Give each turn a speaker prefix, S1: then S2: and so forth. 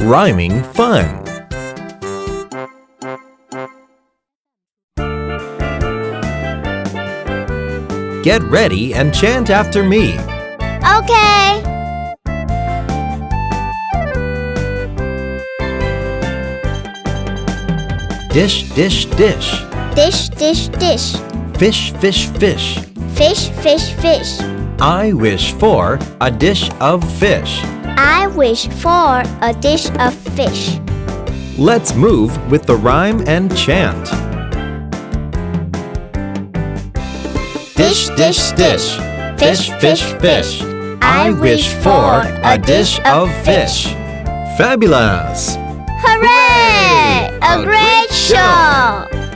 S1: Rhyming fun. Get ready and chant after me.
S2: Okay.
S1: Dish, dish, dish.
S2: Dish, dish, dish.
S1: Fish, fish, fish.
S2: Fish, fish, fish.
S1: I wish for a dish of fish.
S2: I wish for a dish of fish.
S1: Let's move with the rhyme and chant.
S2: Dish, dish, dish. Fish, fish, fish. I wish for a dish of fish.
S1: Fabulous!
S2: Hooray!
S1: A
S2: A
S1: great
S2: great show!